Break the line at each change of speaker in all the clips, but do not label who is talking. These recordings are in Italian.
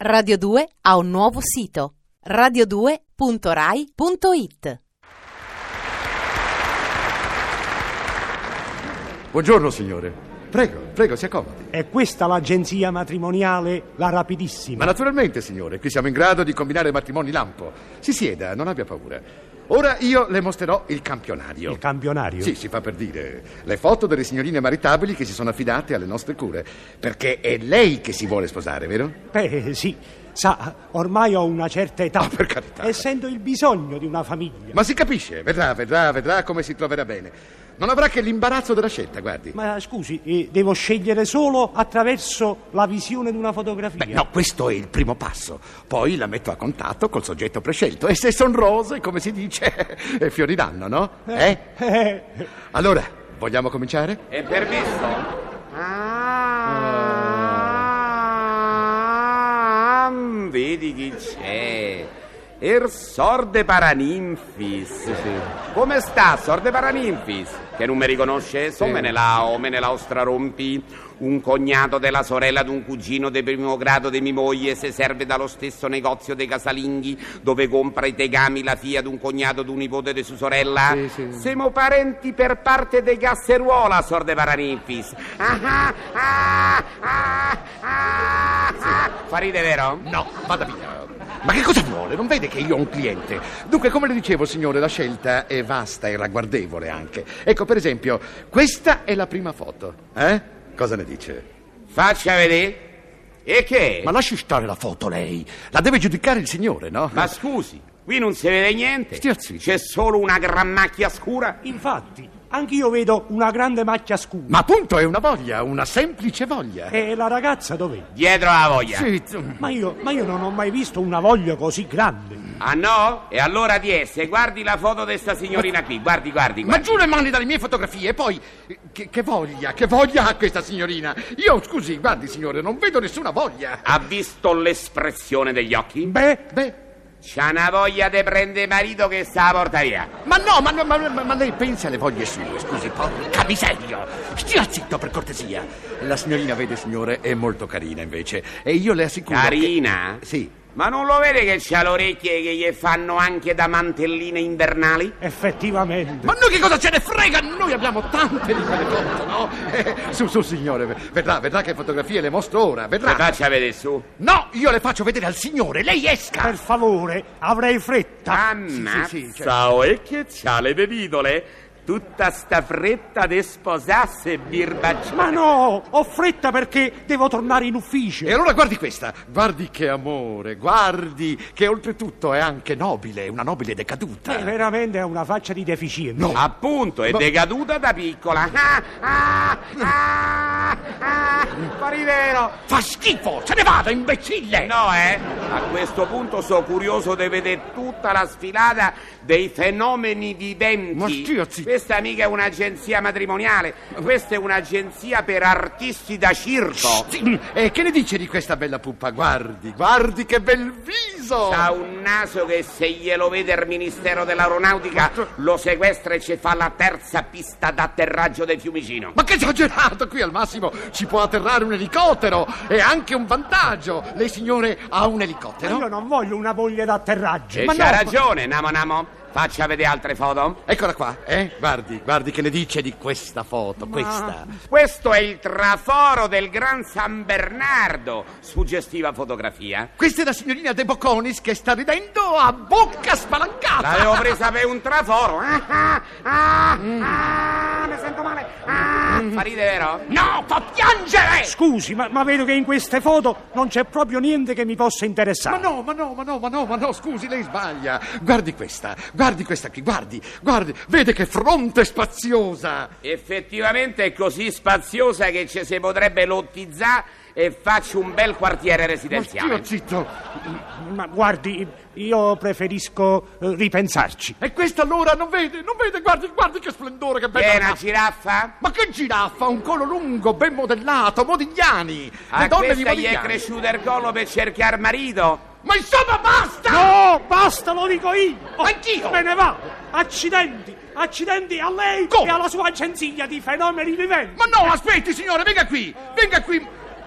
Radio 2 ha un nuovo sito radio2.rai.it.
Buongiorno signore. Prego, prego, si accomodi.
È questa l'agenzia matrimoniale, la
Ma rapidissima. naturalmente, signore, qui siamo in grado di combinare matrimoni lampo. Si sieda, non abbia paura. Ora io le mostrerò il campionario.
Il campionario?
Sì, si fa per dire. Le foto delle signorine maritabili che si sono affidate alle nostre cure. Perché è lei che si vuole sposare, vero?
Beh, sì, sa, ormai ho una certa età.
Ah, per carità.
Essendo il bisogno di una famiglia.
Ma si capisce, vedrà, vedrà, vedrà come si troverà bene. Non avrà che l'imbarazzo della scelta, guardi.
Ma scusi, eh, devo scegliere solo attraverso la visione di una fotografia.
Beh, no, questo è il primo passo. Poi la metto a contatto col soggetto prescelto. E se son rose, come si dice, fioriranno, no? Eh?
Eh,
Allora, vogliamo cominciare?
È permesso? Ah, vedi chi c'è. Er sorde paraninfis. Come sta, sorde paraninfis? Che non mi riconosce? So me ne la o me ne la strarompi. Un cognato della sorella d'un cugino di primo grado di mia moglie se serve dallo stesso negozio dei casalinghi dove compra i tegami la figlia d'un cognato d'un nipote di sua sorella.
Sì, sì.
Siamo parenti per parte dei casseruola, sorde paraninfis. Ah, ah, ah, ah, ah, ah. Fa ride, vero?
No, vada via. Ma che cosa vuole? Non vede che io ho un cliente. Dunque, come le dicevo, signore, la scelta è vasta e ragguardevole anche. Ecco, per esempio, questa è la prima foto. Eh? Cosa ne dice?
Faccia vedere. E che?
Eh. Ma lasci stare la foto lei. La deve giudicare il signore, no? Eh,
Ma scusi, qui non si vede niente.
Stia zitto.
C'è solo una gran macchia scura.
infatti, anch'io vedo una grande macchia scura.
Ma appunto è una voglia, una semplice voglia.
E la ragazza dov'è?
Dietro la voglia.
Sì, tu-
Ma io, ma io non ho mai visto una voglia così grande.
Ah no? E allora di esse, guardi la foto di sta signorina qui. Guardi, guardi,
Ma
guardi.
giù le mani dalle mie fotografie, e poi. eh, Che, che voglia, che voglia ha questa signorina? Io, scusi, guardi, signore, non vedo nessuna voglia.
Ha visto l'espressione degli occhi?
Beh,
Beh.
C'ha una voglia di prendere marito che sta a porta via.
Ma no, ma, no, ma- ma- ma lei pensa alle voglie sue, scusi, porca miseria! Stia zitto per cortesia! La signorina, vede, signore, è molto carina invece, e io le assicuro. che-
Carina?
Sì.
Ma non lo vede che c'ha le orecchie che gli fanno anche da mantelline invernali?
effettivamente.
Ma noi che cosa ce ne frega? Noi abbiamo tante di quelle cose, no? Eh, su, su, signore, vedrà, vedrà che fotografie le mostro ora,
Le
vedrà.
faccia vedere su.
No, io le faccio vedere al signore, lei esca!
Per favore, avrei fretta.
Ah,
Ammazza,
Sì, certo. sì, sì,
e che c'ha le bevitole? Tutta sta fretta di sposasse birbacciare.
Ma no, ho fretta perché devo tornare in ufficio.
E allora guardi questa, guardi che amore, guardi che oltretutto è anche nobile, una nobile decaduta.
Eh, veramente è una faccia di deficiente.
No.
Appunto, è
Ma-
decaduta da piccola. Ah, ah, ah, ah, Farinero.
Fa schifo, se ne vada, imbecille!
No, eh? A questo punto sono curioso di vedere tutta la sfilata dei fenomeni viventi.
Ma stia zitto.
Questa mica è un'agenzia matrimoniale, questa è un'agenzia per artisti da circo.
Sì, E che ne dice di questa bella puppa? Guardi, guardi che bel viso!
Ha un naso che se glielo vede il Ministero dell'Aeronautica lo sequestra e ci fa la terza pista d'atterraggio del Fiumicino.
Ma che esagerato! Qui al massimo ci può atterrare un elicottero! È anche un vantaggio! Lei, signore, ha un
Ma Io
elicottero?
non voglio una voglia d'atterraggio.
Eh,
E
ma no,
c'ha ragione, Namo Namo. Faccia vedere altre foto.
Eccola qua, eh? Guardi, guardi che ne dice di questa foto, questa.
Questo è il traforo del Gran San Bernardo. Suggestiva fotografia.
Questa è la signorina De Bocconis che sta ridendo a bocca
L'avevo
spalancata!
presa per un traforo. Ah, ah, ah,
Mm.
ah, mi sento male. Ah, fa ridere, vero?
No, fa piangere!
Scusi, ma, ma vedo che in queste foto non c'è proprio niente che mi possa
Ma
interessare.
no, ma no, ma no, ma no, ma no, scusi, lei sbaglia. Guardi questa, guardi questa qui, guardi, guardi, vede che fronte spaziosa.
Effettivamente è così spaziosa che ci si potrebbe lottizzare e faccio un bel quartiere
Ma
residenziale.
zitto, zitto.
Ma guardi, io preferisco eh, ripensarci.
E questa allora non vede, non vede, guardi, guardi che splendore, che
Che è
bella.
una giraffa?
Ma che giraffa, un collo lungo, ben modellato, Modigliani. Le donne
A
di
Ah, questa gli è
Modigliani.
cresciuto il collo per cercare marito.
Ma insomma basta!
No, basta, lo dico io!
Anch'io!
Me ne vado! Accidenti! Accidenti a lei
Come?
e alla sua agenzia di fenomeni viventi!
Ma no, aspetti, signore, venga qui, venga qui.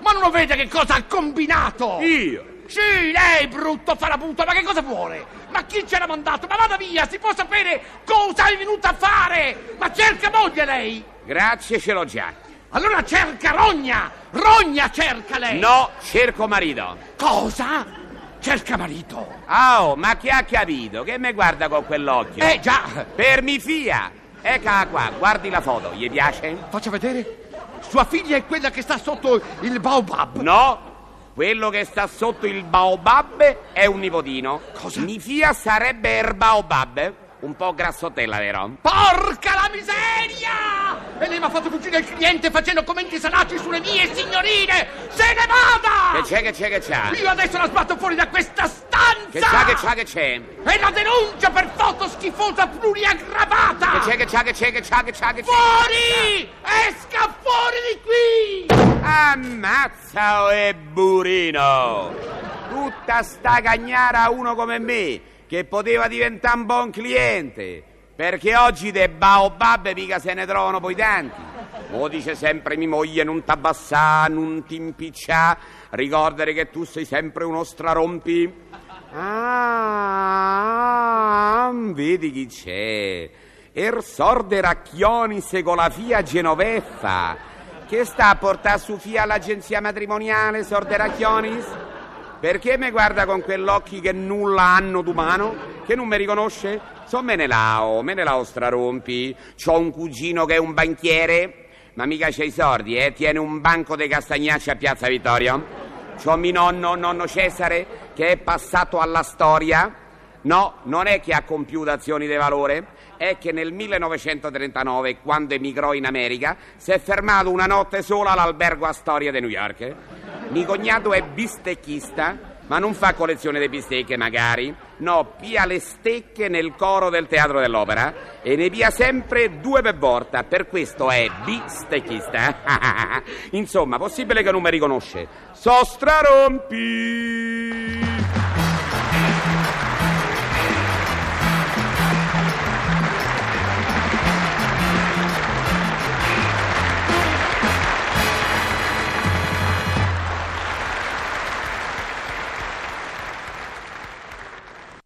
Ma non lo vede che cosa ha combinato?
Io?
Sì, lei, brutto farabutto, ma che cosa vuole? Ma chi ce l'ha mandato? Ma vada via, si può sapere cosa è venuta a fare? Ma cerca moglie lei!
Grazie, ce l'ho già.
Allora cerca rogna! Rogna cerca lei!
No, cerco marito.
Cosa? Cerca marito!
Ah, oh, ma chi ha capito? Che mi guarda con quell'occhio?
Eh già,
Per mi fia. Eccola qua, guardi la foto, gli piace?
Faccia vedere.
sua figlia è quella che sta sotto il baobab.
No. Quello che sta sotto il baobab è un nipotino. Cosa? Mi fia sarebbe erbaobab. Un po' grassottella, vero?
Porca la miseria! E lei mi ha fatto fuggire il cliente facendo commenti salati sulle mie signorine! Se ne
Che
vada!
c'è, che c'è, che c'è?
Ah. Io adesso la sbatto fuori da questa stanza!
Ah. Che c'è, che c'è, che c'è?
E la denuncia per foto schifosa pluriaggravata!
Che Ah. c'è, che c'è, che c'è, che c'è, che c'è, che c'è?
Fuori! Esca fuori di qui!
Ammazza e burino! Tutta sta cagnara a uno come me, che poteva diventare un buon cliente. Perché oggi dei baobab mica se ne trovano poi tanti. Mo dice sempre mi moglie non t'abbassà, non t'impiccià, ricordare che tu sei sempre uno strarompi. Ah, vedi chi c'è. Er sorde Racchioni Segolafia Genoveffa. Che sta a portare su fia all'agenzia matrimoniale, sorde Racchionis? Perché mi guarda con quell'occhi che nulla hanno d'umano? Che non mi riconosce? So me ne lao, me ne lao strarompi. C'ho un cugino che è un banchiere, ma mica c'è i sordi, eh? Tiene un banco dei castagnacci a Piazza Vittorio. C'ho mio nonno, nonno Cesare, che è passato alla storia. No, non è che ha compiuto azioni di valore, è che nel 1939, quando emigrò in America, si è fermato una notte sola all'albergo Astoria di New York. Mio cognato è bistecchista, ma non fa collezione di bistecche magari, no, pia le stecche nel coro del teatro dell'opera e ne pia sempre due per volta, per questo è bistecchista. Insomma, possibile che non mi riconosce. So strarompi!